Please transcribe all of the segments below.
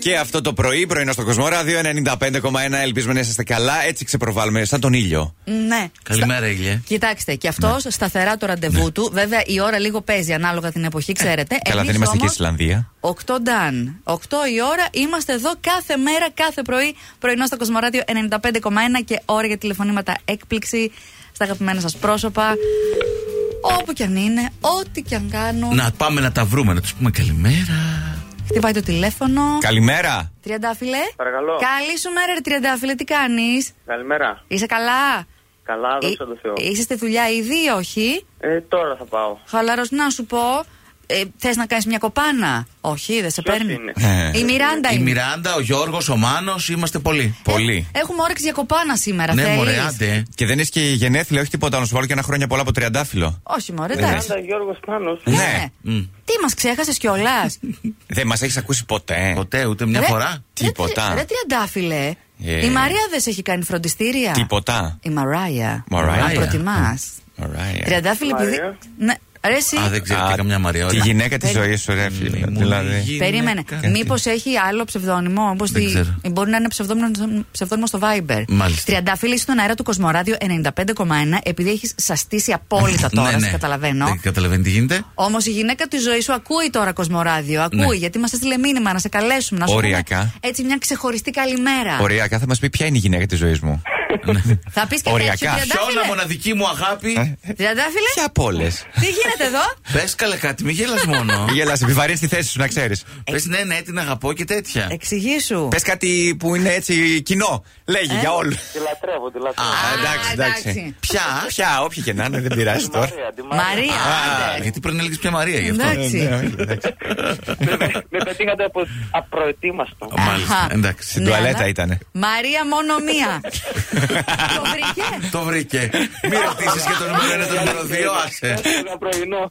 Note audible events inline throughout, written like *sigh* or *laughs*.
και αυτό το πρωί, πρωινό στο Κοσμοράδιο 95,1. Ελπίζουμε να είσαστε καλά. Έτσι ξεπροβάλλουμε, σαν τον ήλιο. Ναι. Καλημέρα, Ηλιέ. Κοιτάξτε, και αυτό Ναι. σταθερά το ραντεβού του. Βέβαια, η ώρα λίγο παίζει ανάλογα την εποχή, ξέρετε. Ε, Καλά, δεν είμαστε και Ισλανδία. 8 νταν. 8 η ώρα είμαστε εδώ κάθε μέρα, κάθε πρωί, πρωινό στο Κοσμοράδιο 95,1 και ώρα για τηλεφωνήματα έκπληξη στα αγαπημένα σας πρόσωπα. Όπου κι αν είναι, ό,τι κι αν κάνουν. Να πάμε να τα βρούμε, να τους πούμε καλημέρα. Χτυπάει το τηλέφωνο. Καλημέρα. Τριαντάφυλλε. Παρακαλώ. Καλή σου μέρα, ρε Τριαντάφυλλε, τι κάνεις. Καλημέρα. Είσαι καλά. Καλά, δόξα τω Θεώ. Ε, Είσαι στη δουλειά ήδη ή όχι. Ε, τώρα θα πάω. Χαλαρός να σου πω. Ε, Θες να κάνεις μια κοπάνα. Όχι, δεν σε Ποιος παίρνει. είναι? Ε, Η Μιράντα Η είναι. Μιράντα, ο Γιώργος, ο Μάνος, είμαστε πολλοί. Πολύ. Έχουμε όρεξη για κοπάνα σήμερα. Ναι, θέλεις? μωρέ, άντε. Και δεν είσαι και γενέθλια, όχι τίποτα. Να σου βάλω και ένα χρόνια πολλά από τριαντάφυλλο. Όχι, μωρέ, Ε, εντάξει. Πάντα Γιώργο Πάνος. Ναι. Μμ. Τι μας ξέχασες κιόλας. Δεν μας έχεις ακούσει Ναι. ποτέ. Ποτέ, ούτε *laughs* μια φορά. Τίποτα. Ρε τριαντάφυλλε. Ε. Η Μαρία δεν σε έχει κάνει φροντιστήρια. Τίποτα. Η Μαράια. Μαράια. Αν προτιμάς. Ωραία. Τριαντάφυλλε, επειδή. Μαρία. Ναι, ρε, εσύ. Ε. Α, δεν ξέρω και Α, καμιά Μαρία. Τη όλα. γυναίκα της Περι- ζωής σου, ρε φίλε. Ήμουν Δηλαδή. γυναίκα. Περίμενε. κάτι. Μήπως έχει άλλο ψευδόνυμο. Όπως Δεν τη- ξέρω. Μπορεί να είναι ψευδόνυμο, ψευδόνυμο στο Viber. Μάλιστα. Τριαντάφυλλη είσαι στον αέρα του Κοσμοράδιο 95,1 επειδή έχεις σαστήσει απόλυτα τώρα. *laughs* Ναι, σε ναι. Καταλαβαίνω. Δεν καταλαβαίνει τι γίνεται. Όμως η γυναίκα τη ζωή σου ακούει τώρα Κοσμοράδιο. Ακούει, Ναι. γιατί μας έστειλε μήνυμα να σε καλέσουμε. Να σου Οριακά. πούμε Έτσι μια ξεχωριστή καλημέρα. Οριακά θα μας πει ποια είναι η γυναίκα της ζωής μου. Θα πεις και Οριακά. τέτοιο. Χιώνα, Τριαντάφυλλε. μοναδική μου Ε. αγάπη. Τριαντάφυλλε, Ποια από όλε. Ε. τι γίνεται εδώ. *laughs* Πες καλά κάτι, μη γέλα μόνο. Ε. Γελάς, επιβαρύνεις τη θέση σου να ξέρεις. Πες ναι, ναι, την αγαπώ και τέτοια. Εξηγήσου. Πες κάτι που είναι έτσι κοινό. Λέγει για όλους. Τη λατρεύω, τη λατρεύω. Α, εντάξει, εντάξει. Ποια. Ποια, όποια και να είναι, δεν πειράζει Τη τώρα. Μαρία, τη Μαρία. Μαρία, Α, Ε, άντε. Γιατί πρέπει να έλεγες πια Μαρία γι' αυτό. Ναι, Εντάξει. όχι, εντάξει. Με- Με πετύχατε από απροετοίμαστο. Μάλιστα, Αχα. εντάξει. Στην Ναι, τουαλέτα αλλά- ήτανε. Μαρία μόνο μία. Το βρήκε. Το βρήκε. Μην ρωτήσει για το νούμερο 1, το νούμερο 2, Ε. άσε. Ένα πρωινό.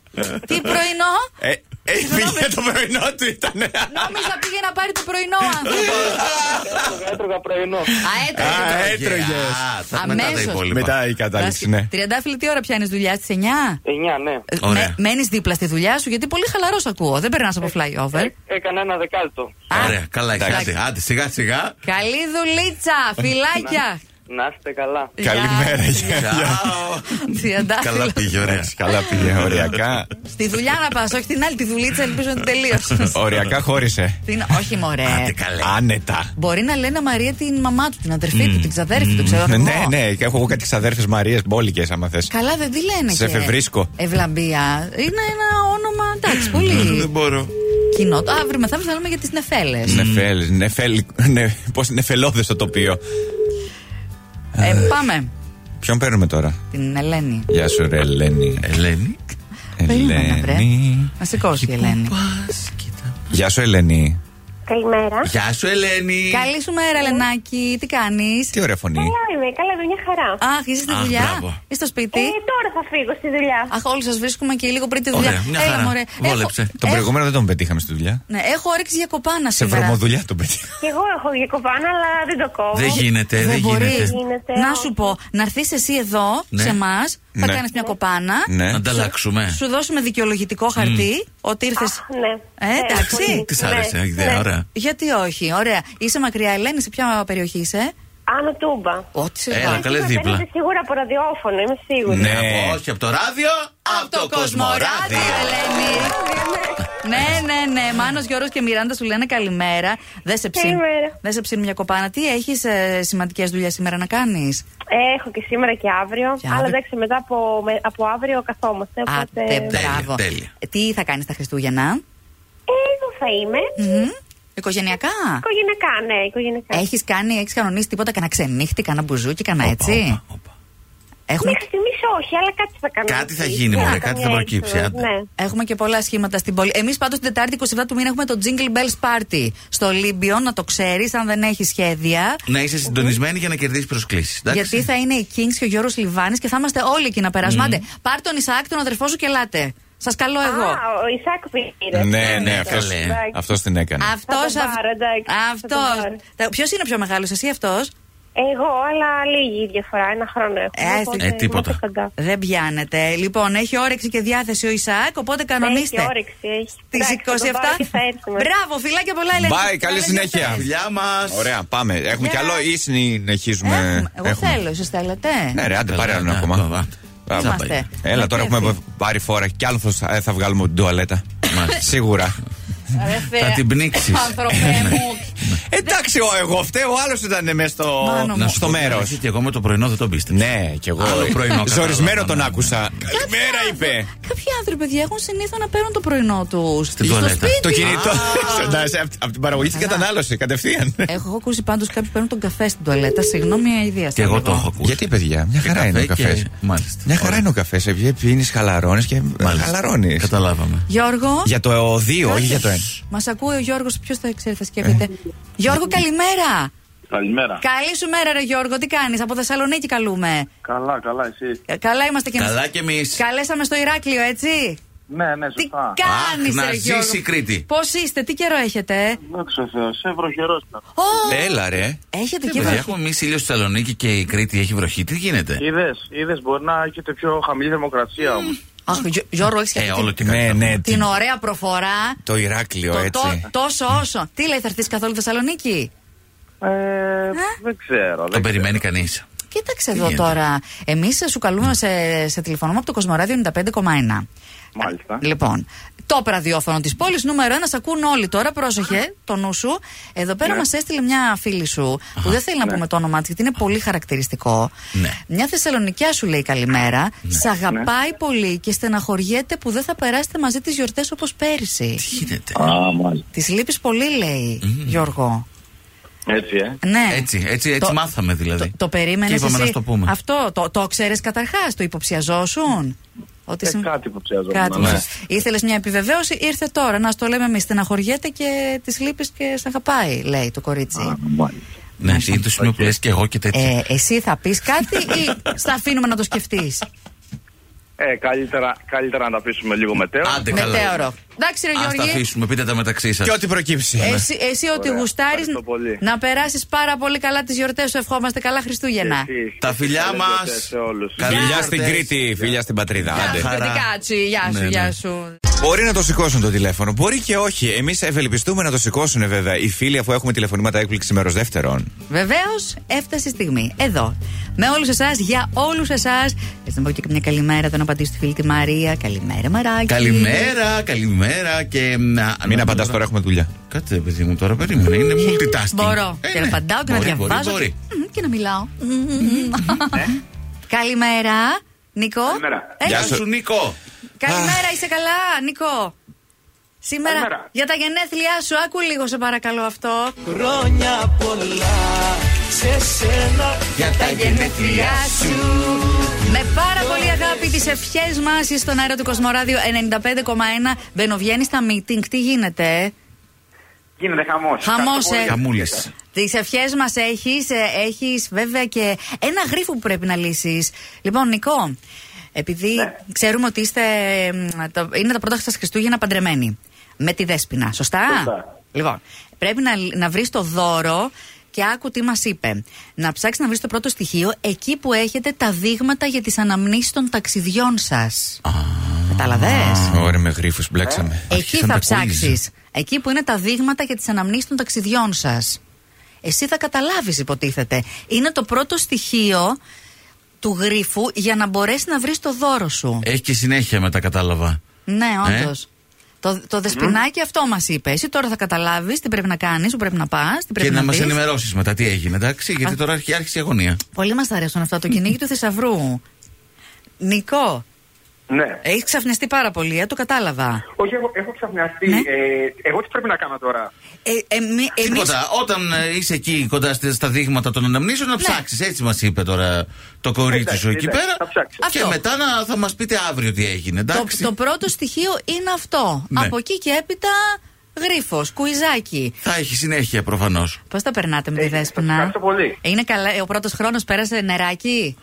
Τι πρωινό. Ε, ε, Φύγε το πρωινό του ήτανε. Νόμιζα πήγε να πάρει το πρωινό ο άνθρωπος. Έτρωγα- Έτρωγα πρωινό. Α, ε, Αέτρεπε. έτρωγε. Α, θα- Μετά τα Αμέσως. υπόλοιπα. Μετά η κατάληξη, ναι. Τριαντάφυλλη, τι ώρα πιάνεις δουλειά, στις 9. Εννιά, Ε, ναι. Ωραία. Μένεις δίπλα στη δουλειά σου, γιατί πολύ χαλαρός ακούω. Δεν περνάς από flyover. Έ- Ε, Έκανα ένα δεκάλυτο. Α, Ωραία, καλά, έχεις. εντάξει. Άντε, άντε, σιγά σιγά. Καλή δουλίτσα, φιλάκια. Να είστε καλά. Καλημέρα, γεια. Τσαο. Τριαντάφυλλα. Καλά πήγε, ωραία. Καλά πήγε, οριακά. Στη δουλειά να πας, όχι την άλλη. Τη δουλίτσα ελπίζω ότι τελείωσες. Οριακά χώρισε. Την- Όχι, μωρέ. Άντε καλέ. Άνετα. Μπορεί να λένε Μαρία την μαμά του, την αδερφή του, την ξαδέρφη του, ξέρω Ναι, εγώ. ναι, ναι, έχω εγώ κάτι ξαδέρφες Μαρίες Μπόλικες, άμα θες. Καλά, δεν τη λένε Σε και φευρίσκω. Ευλαμπία. Είναι ένα όνομα, εντάξει, πολύ Δεν μπορώ. κοινό. Το αύριο μεθαύριο θα λέμε για τις νεφέλες. Ναι. Νεφέλ, νεφέλ, ναι, πώς νεφελώδες το τοπίο. Ε, πάμε. Ποιον παίρνουμε τώρα. Την Ελένη. Γεια σου, ρε Ελένη. Ελένη. Περίμενα, βρε. Ελένη. Να σηκώσει η Ελένη. Πας, κοίτα. Γεια σου, Ελένη. Καλημέρα. Γεια σου, Ελένη. Καλή σου μέρα, Ελενάκη. Τι κάνεις. Τι ωραία φωνή. Καλά είμαι, καλά είμαι, μια χαρά. Αχ, είσαι στη Αχ, δουλειά. μπράβο. Είσαι στο Ε, σπίτι. τώρα θα φύγω στη δουλειά. Αχ, όλοι σας βρίσκουμε και λίγο πριν τη δουλειά. Ωραία, μια χαρά. μωρέ. Βόλεψε. Έχω- Τον έχω- προηγούμενο δεν τον πετύχαμε στη δουλειά. Ναι, έχω όρεξη για κοπάνα Σε Ε. σήμερα. βρωμοδουλειά τον πετύχαμε. Κι εγώ έχω γεκοπάνω, αλλά δεν το κόβω. Δεν γίνεται, δεν μπορεί. γίνεται. Γίνεται, Να όχι. σου πω, να έρθεις εσύ εδώ Ναι. σε εμάς, θα Ναι. κάνεις μια κοπάνα. Ναι. Ε, Να ανταλλάξουμε. Σου δώσουμε δικαιολογητικό χαρτί ότι ήρθες. Αχ, ναι. Ε, εντάξει. πολύ. Τη Ναι, άρεσε η ναι. ιδέα, ωραία. Γιατί όχι, ωραία. Είσαι μακριά, Ελένη, σε ποια περιοχή είσαι. Άνω τούμπα. Ό,τι σε Έλα, βγάλει. καλέ Με δίπλα. παίρνετε σίγουρα από ραδιόφωνο, είμαι σίγουρη. Ναι. Από- Όχι από το ράδιο, Από το Κοσμοράδιο, Ελένη. ναι, ναι, ναι. Μάνος Γιώργος και Μιράντα σου λένε καλημέρα. Δεν σε ψήνει. Καλημέρα. Δεν σε ψήνει μια κοπάνα. Τι έχεις ε, σημαντικές δουλειές σήμερα να κάνεις. Ε, Έχω και σήμερα και αύριο. Και Αλλά αύριο. εντάξει, μετά από, με- από αύριο καθόμαστε. Οπότε. Άτε, Ε, τέλεια, μπράβο. τέλεια. Τι θα κάνεις τα Χριστούγεννα. εγώ Ε, θα είμαι. Ναι. Μμμ. Οικογενειακά. Οικογενειακά, ναι, οικογενειακά. Ε, Έχεις κάνει, έχεις κανονίσει τίποτα, κανένα ξενύχτη, κανένα μπουζούκι, κανένα έτσι. Έχουμε, Μέχρι στιγμής όχι, αλλά κάτι θα κάνω. Κάτι θα γίνει, μωρέ, κάτι θα Μια προκύψει, έξοδος, άντε. Ναι. έχουμε και πολλά σχήματα στην πόλη. Εμείς πάντως την Τετάρτη 27 του μήνα έχουμε το Jingle Bells Party στο Λίμπιο, να το ξέρεις αν δεν έχεις σχέδια. Να είσαι συντονισμένη για να κερδίσεις προσκλήσεις. Γιατί θα είναι οι Kings και ο Γιώργος Λιβάνης και θα είμαστε όλοι εκεί να περάσουμε. Άντε, πάρ τον Ισαάκ, τον αδερφό σου και ελάτε. Σας καλώ εγώ. Α, ο Ισάκ πήρε. Ναι, ναι, Ναι, αυτός- καλέ. Εντάξει. αυτός την έκανε. Αυτός. Θα τον πάρω, εντάξει, θα τον πάρω. Αυτό. Ποιος είναι ο πιο μεγάλος, εσύ αυτός. Εγώ, αλλά λίγη διαφορά. Ένα χρόνο Ε, έχω. Λοιπόν, στη- οπότε Ε, τίποτα. είμαστε κοντά. Δεν πιάνεται. Λοιπόν, έχει όρεξη και διάθεση ο Ισαάκ, οπότε κανονίστε. Έχει όρεξη, έχει. Τις Εντάξει, θα τον 27. πάρω και θα έρθουμε. Μπράβο, φιλάκια πολλά, Ελένη. Bye, καλή Καλές συνέχεια. γιορτές. Γεια μας. Ωραία, πάμε. Έχουμε Γεια. κι άλλο ή συνεχίζουμε. Έχουμε. Εγώ Ναι, Έχουμε. θέλω, εσείς θέλετε. Ναι, ρε, άντε, πάρε άλλο ένα ναι, ακόμα. Α, Είμαστε. πάει. Έλα, τώρα Μα έχουμε κέφι. πάρει φόρα και άλλο θα, θα βγάλουμε την τουαλέτα. Μάλιστα. Σίγουρα. Ρε, Θα Θεέ, την πνίξεις. Ναι. Άνθρωπε μου. Εντάξει, ο, εγώ φταίω, ο άλλος ήταν μέσα στο, Μάνο μου. στο μέρο. Και εγώ με το πρωινό δεν το πίστεψα. Ναι, κι εγώ. Άλλο *laughs* πρωινό, Ζορισμένο κατάλαβα, τον ναι. άκουσα. Καλημέρα, είπε. Κάποιοι άνθρωποι, παιδιά, έχουν συνήθω να παίρνουν το πρωινό τους στο τουαλέτα. σπίτι. Το κινητό. Από την παραγωγή στην Καλά. Ε, κατανάλωση, κατευθείαν. Έχω ακούσει πάντως κάποιου παίρνουν τον καφέ στην τουαλέτα. Συγγνώμη, ιδέα. λοιπόν. Και εγώ το έχω ακούσει. Γιατί, παιδιά, μια Και χαρά είναι ο καφέ και- καφές. Μάλιστα. Μια χαρά είναι ο καφές. Πίνεις, χαλαρώνεις και Μάλιστα. χαλαρώνεις. Καταλάβαμε. Γιώργο. Για το 2, όχι για το 1. Μας ακούει ο Γιώργος, ποιος θα ξέρει, θα σκέφτεται. Ε. Γιώργο, καλημέρα. Καλημέρα. Καλή σου μέρα, ρε Γιώργο, τι κάνεις. Από Θεσσαλονίκη καλούμε. Καλά, καλά, εσύ. Ε, Καλά είμαστε κι εμείς. Καλά κι εμείς. Καλέσαμε στο Ηράκλειο, έτσι. Ναι, ναι, Τι σωστά. κάνεις, Αχ, να ρε ζήσει Γιώργο. η Κρήτη. Πώς είστε, τι καιρό έχετε. ε? Δόξα τω Θεώ, σε βροχερό Ω, Έλα, ρε. Έχετε και Παιδιά, βροχή. έχουμε εμείς ήλιο στη Θεσσαλονίκη και η Κρήτη έχει βροχή. Τι γίνεται. Είδες, είδες, μπορεί να έχετε πιο χαμηλή θερμοκρασία όμως. Αχ, Γιώ- Γιώργο, έχεις Ε, όλο και Ναι, κάτι. ναι. την τι- ωραία προφορά. Το Ηράκλειο, Το, έτσι. το- τόσο όσο. Τι λέει, θα έρθεις καθόλου Θεσσαλονίκη. Ε, δεν ξέρω. Το Δεν ξέρω. περιμένει κανείς. Κοίταξε Τι εδώ γίνεται. τώρα. Εμείς σου καλούμε σε, σε τηλεφωνούμε από το Κοσμοράδιο 95,1. Μάλιστα. Λοιπόν, το ραδιόφωνο της πόλης, νούμερο ένα, σ' ακούν όλοι τώρα. Πρόσεχε το νου σου. Εδώ πέρα Ναι. μας μα έστειλε μια φίλη σου, που δεν θέλει να πούμε το όνομά της, γιατί είναι πολύ χαρακτηριστικό. Ναι. Μια Θεσσαλονικιά σου λέει καλημέρα. Σ' αγαπάει πολύ και στεναχωριέται που δεν θα περάσετε μαζί τις γιορτές όπως πέρυσι. Τι γίνεται. Α, μάλιστα. Τη λείπεις πολύ, λέει, Γιώργο. Έτσι, ε. Ναι. Έτσι, έτσι, έτσι Το- μάθαμε δηλαδή. Το, το περίμενες. Και είπαμε να σου το πούμε. Αυτό το, το ξέρεις καταρχάς, το υποψιαζόσουν. Ότι Ε, συμ- κάτι υποψιαζόμουν, Κάτι. ναι. Ήθελες μια επιβεβαίωση, ήρθε τώρα. Να σου το λέμε εμείς. Στεναχωριέται και τη λείπει και σε αγαπάει, λέει το κορίτσι. Α, μάλιστα. Ναι, είναι το σημείο που λες και εγώ και τέτοια. Ε, εσύ θα πεις κάτι *laughs* ή στα αφήνουμε να το σκεφτείς. Ε, καλύτερα, καλύτερα να τα πείσουμε λίγο μετέωρα. Άντε καλά. Μετέωρο. Εντάξει, ρε Ας τα ε, Γιώργη. αφήσουμε, πείτε τα μεταξύ σας. Και ό,τι προκύψει. Εσύ, εσύ ό,τι Ωραία, γουστάρεις, ευχαριστώ πολύ. να περάσεις πάρα πολύ καλά τις γιορτές σου. Ευχόμαστε καλά Χριστούγεννα. Εσύ, Τα φιλιά καλές μας. γιορτές Σε όλους. Καλή Φιλιά γιορτές. στην Κρήτη, φιλιά στην πατρίδα. Άντε. χαρά. Τι κάτσι, γεια σου, Ναι, γεια ναι. σου. Μπορεί να το σηκώσουν το τηλέφωνο, μπορεί και όχι. Εμείς ευελπιστούμε να το σηκώσουν βέβαια οι φίλοι αφού έχουμε τηλεφωνήματα έκπληξη μέρος δεύτερον. Βεβαίως, έφτασε η στιγμή. Εδώ. Με όλους εσάς, για όλους εσάς. Έτσι να πω και μια καλημέρα, τον απαντήσω στη φίλη τη Μαρία. Καλημέρα, Μαράκι. Καλημέρα, καλημέρα και. να- Μην να- απαντάς τώρα, έχουμε δουλειά. Κάτσε, παιδί μου, τώρα περίμενε. Είναι multitasking. Μπορώ. Ε, και ναι. να απαντάω και να Μπορεί, διαβάζω. Μπορεί, Και, Μμμ, και να μιλάω. Μμμ. Καλημέρα, Νίκο. Καλημέρα. Ε, Γεια Γεια σου. σου, Νίκο. Καλημέρα, είσαι καλά, Νίκο. Σήμερα Καλημέρα. για τα γενέθλιά σου, άκου λίγο σε παρακαλώ αυτό. Χρόνια πολλά σε σένα Για τα γενέθλιά σου. Με πάρα πολύ αγάπη τις ευχές μας είσαι στον αέρα του Κοσμοράδιο 95,1. Μπαινοβγαίνει στα meeting, τι γίνεται. ε? Γίνεται χαμός. Χαμός, ε. Καμούλη. Τις ευχές μας έχεις, έχει ε, βέβαια και ένα γρίφο που πρέπει να λύσεις. Λοιπόν, Νικό, επειδή ξέρουμε ότι είστε. μ, το- είναι τα πρώτα σας Χριστούγεννα παντρεμένοι. Με τη δέσπινα, σωστά. Σωστά. Λοιπόν, πρέπει να, να βρεις το δώρο και άκου τι μας είπε. Να ψάξεις να βρεις το πρώτο στοιχείο εκεί που έχετε τα δείγματα για τις αναμνήσεις των ταξιδιών σας. Κατάλαβε. Ωραία, με γρήφου μπλέξαμε. Εκεί Άρχισαν θα τα κόλληζα. ψάξεις. Εκεί που είναι τα δείγματα για τις αναμνήσεις των ταξιδιών σας. Εσύ θα καταλάβεις, υποτίθεται. Είναι το πρώτο στοιχείο του γρίφου για να μπορέσεις να βρεις το δώρο σου. Έχει και συνέχεια μετά, κατάλαβα. ναι, ε. όντως. Το, το δεσπινάκι αυτό μας είπε. Εσύ τώρα θα καταλάβεις τι πρέπει να κάνεις, που πρέπει να πας, τι πρέπει Και να μας πεις. ενημερώσεις μετά τι έγινε, εντάξει, γιατί τώρα αρχι- άρχισε η αγωνία. Πολύ μας αρέσουν αυτά. *laughs* Το κυνήγι του θησαυρού. Νικό, Ναι. έχεις ξαφνιστεί πάρα πολύ, ε, το κατάλαβα. Όχι, έχω, έχω ξαφνιαστεί. Ναι. Ε, εγώ τι πρέπει να κάνω τώρα. Ε, εμεί- εμείς- Τίποτα. Όταν ε, είσαι εκεί κοντά στε- στα δείγματα των αναμνήσεων, Ναι. να ψάξεις. Έτσι μας είπε τώρα το κορίτσι Εντάξει, σου εκεί εντάξει, πέρα. θα ψάξω. Και Αυτό. μετά να, θα μας πείτε αύριο τι έγινε, Το, εντάξει. το πρώτο στοιχείο είναι αυτό. Ναι. Από εκεί και έπειτα γρίφος, κουιζάκι. Θα έχει συνέχεια προφανώς. Πώς τα περνάτε με τη Ε, Δέσποινα. ευχαριστώ πολύ. Είναι καλά, ε, ο πρώτος χρόνος πέρασε νεράκι.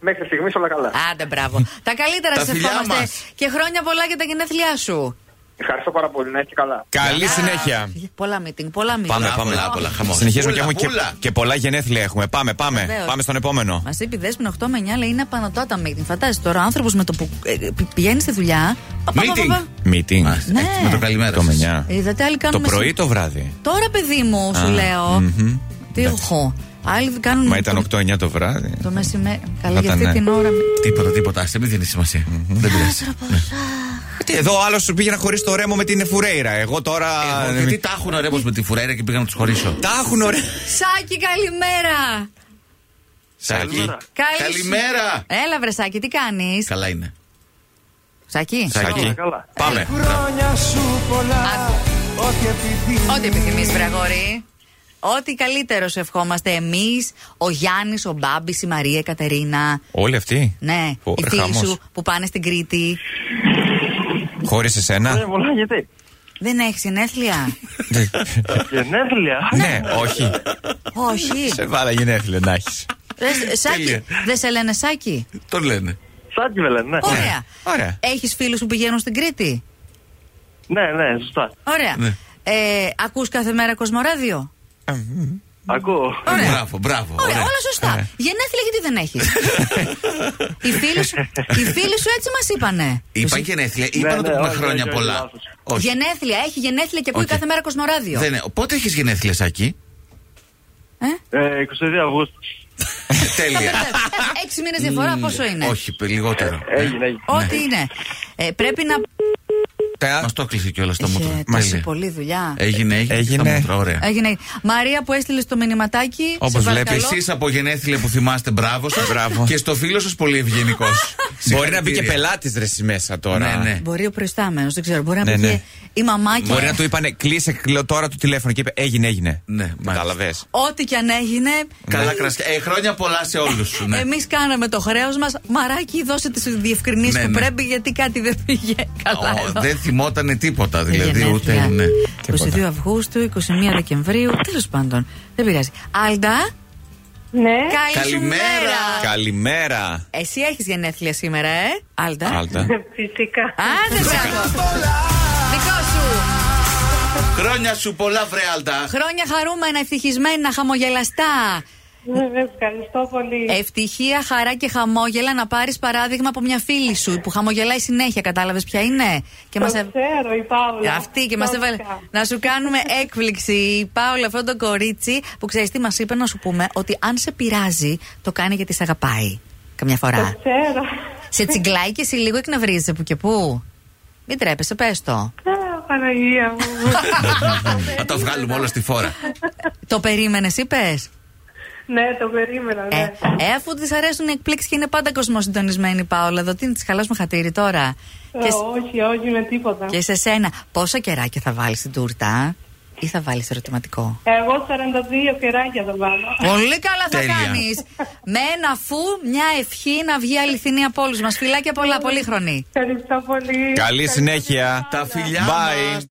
Μέχρι στιγμής όλα καλά. *laughs* Άντε, μπράβο. τα καλύτερα Τα σε φιλιά ευχόμαστε. μας. Και χρόνια πολλά για τα γενέθλιά σου. Ευχαριστώ πάρα πολύ, να είστε καλά. Καλή συνέχεια. Πολλά meeting, πολλά meeting. Πάμε, Πολλά, πάμε. πολλά, πολλά, χαμός. Συνεχίζουμε Πούλα, και έχουμε πούλα. και, και πολλά γενέθλια έχουμε. Πάμε, πάμε. Βεβαίως. Πάμε στον επόμενο. Μας είπε η Δέσποινα 8 με 9 λέει είναι απανοτά τα meeting. Φαντάζεσαι τώρα, άνθρωπος με το που ε, πη- πηγαίνει στη δουλειά. πα, πα, πα, πα, Meeting. πα. Meeting. Μάλιστα. Ναι. Έτσι, Με το καλημέρα. Το σας. μενιά. Είδατε, άλλοι Το κάνουν. πρωί ή το βράδυ. Τώρα, παιδί μου, σου Α, λέω. μμμ. Τι Εντάξει. έχω. Άλλοι κάνουν. Μα ήταν το- 8-9 το βράδυ. Το μεσημέρι. Καλά, Θα για ήταν, αυτή ναι. την ώρα. Τίποτα, τίποτα. Άστε, μην δίνεις σημασία. Δεν πειράζει. Τι, εδώ άλλος σου πήγε να χωρίσει το ρέμο με την Φουρέιρα. Εγώ τώρα. Ε, ε, Εγώ, Γιατί τα έχουν ρε πως με τη φουρέρα και πήγα να τους χωρίσω. Τα έχουν ωραία. Σάκη, καλημέρα. Σάκη. Καλή- Καλημέρα. Έλα, βρε Σάκη, τι κάνεις. Καλά είναι. Σάκη. Σάκη. καλά. Πάμε. Χρόνια σου πολλά. Ό,τι επιθυμείς. Ό,τι επιθυμείς, βρε αγόρι. Ό,τι καλύτερο σου ευχόμαστε εμείς, ο Γιάννης, ο Μπάμπης, η Μαρία, η Κατερίνα. Όλοι αυτοί. Ναι, Ω, οι ρε, φίλοι χαμός. σου που πάνε στην Κρήτη. Χωρίς εσένα. Πολλά γιατί. Δεν έχεις συνέθλια. Γενέθλια. Ναι, όχι. Όχι. Σε βάλα γενέθλια να έχεις. Ρε, Σάκη, Τέλεια. δεν σε λένε Σάκη. Το λένε. Σαν τη με λένε, ναι. Ωραία. Ωραία. Έχεις φίλους που πηγαίνουν στην Κρήτη. Ναι, ναι, σωστά. Ωραία. Ναι. Ε, Ακούς κάθε μέρα κοσμοράδιο. Ακούω. Ωραία. Μπράβο, μπράβο. Ωραία, ωραία. Ναι. όλα *laughs* σωστά. Ε. Γενέθλια γιατί δεν έχεις. οι, φίλοι σου, οι φίλοι σου έτσι μας είπανε. Είπαν και νέθλια, Ναι, είπαν ότι ναι, πούμε όχι, χρόνια όχι, πολλά. λάθος. Όχι. Γενέθλια, έχει γενέθλια και ακούει Οκ. κάθε μέρα κοσμοράδιο. Δεν είναι. Πότε έχεις γενέθλια, *laughs* Σάκη. Ε? Ε, 22 Αυγούστου. Τέλεια. Ε, Έξι μήνες διαφορά, πόσο είναι. Όχι, Ναι. πε- λιγότερο. ε. Έγινε, έγινε. Ό,τι είναι. Ε, πρέπει να. Τα- Μας το έκλεισε κιόλας το μούτρο. Είχε τόση Τέλεια. πολλή δουλειά. Έγινε, έγινε. και Έγινε. στα μούτρα, Ωραία. Έγινε. Μαρία που έστειλε το μηνυματάκι. Όπως σε βλέπεις, παρακαλώ. Εσείς από γενέθλια που θυμάστε, μπράβο σας. Μπράβο. Και στο φίλο σας πολύ ευγενικός. *laughs* Μπορεί να μπει και πελάτης ρεσί μέσα τώρα. Ναι, ναι. Μπορεί ο προϊστάμενος, δεν ξέρω. Μπορεί να Ναι, πήγε ναι. η μαμά και. Μπορεί να του είπανε κλείσε κλείνω τώρα το τηλέφωνο και είπε έγινε, έγινε. Ναι, μάλιστα. Κατάλαβες. Ναι. Ό,τι και αν έγινε. Καλά κρασιά. Ε, χρόνια πολλά σε όλους. Ναι. Εμείς κάναμε το χρέος μας. Μαράκι, δώσε τις διευκρινήσεις Ναι, που ναι. πρέπει, γιατί κάτι δεν πήγε καλά. Ω, εδώ. δεν θυμότανε τίποτα, Τα δηλαδή γενέθλια. ούτε. Ναι. 22 Αυγούστου, 21 Δεκεμβρίου. Τέλος πάντων. Δεν πειράζει. Άλντα, Ναι. καλή σου Καλημέρα. μέρα. Καλημέρα. Εσύ έχεις γενέθλια σήμερα, ε. Άλντα. Άλτα. Φυσικά. Άντε, μπράβο. Δικό σου. Χρόνια σου πολλά, βρεάλτα. Χρόνια χαρούμενα, ευτυχισμένα, χαμογελαστά. Ευχαριστώ πολύ. Ευτυχία, χαρά και χαμόγελα να πάρεις παράδειγμα από μια φίλη σου που χαμογελάει συνέχεια. Κατάλαβες ποια είναι. Και μας ε- ξέρω, η Παύλα. Αυτή και μας έβαλε να σου κάνουμε έκπληξη. Η Πάολα, αυτό το κορίτσι που ξέρεις τι μας είπε να σου πούμε, ότι αν σε πειράζει, το κάνει γιατί σε αγαπάει. Καμιά φορά. Ξέρω. σε τσιγκλάει και εσύ λίγο εκνευρίζεσαι που και που. Μην τρέπεσαι, πες το. Α, Παναγία *laughs* μου. Θα τα βγάλουμε όλα στη φόρα. το περίμενες, είπες. ναι, το περίμενα, Ε, ναι. ε, αφού της αρέσουν οι εκπλήξεις και είναι πάντα κοσμοσυντονισμένη η Πάολα, εδώ τι να της χαλάσουμε χατήρι τώρα. Ε, Και, σ- Όχι, όχι με τίποτα. και σε σένα, πόσα κεράκια θα βάλεις στην τούρτα, ή θα βάλεις ερωτηματικό. Εγώ 42 κεράκια θα βάλω. Πολύ καλά θα Τέλεια. κάνεις. Με ένα φου, μια ευχή να βγει αληθινή από όλους μας. Φιλάκια πολλά, πολύ χρονή. Ευχαριστώ πολύ. Καλή συνέχεια. Τα φιλιά Bye. μας.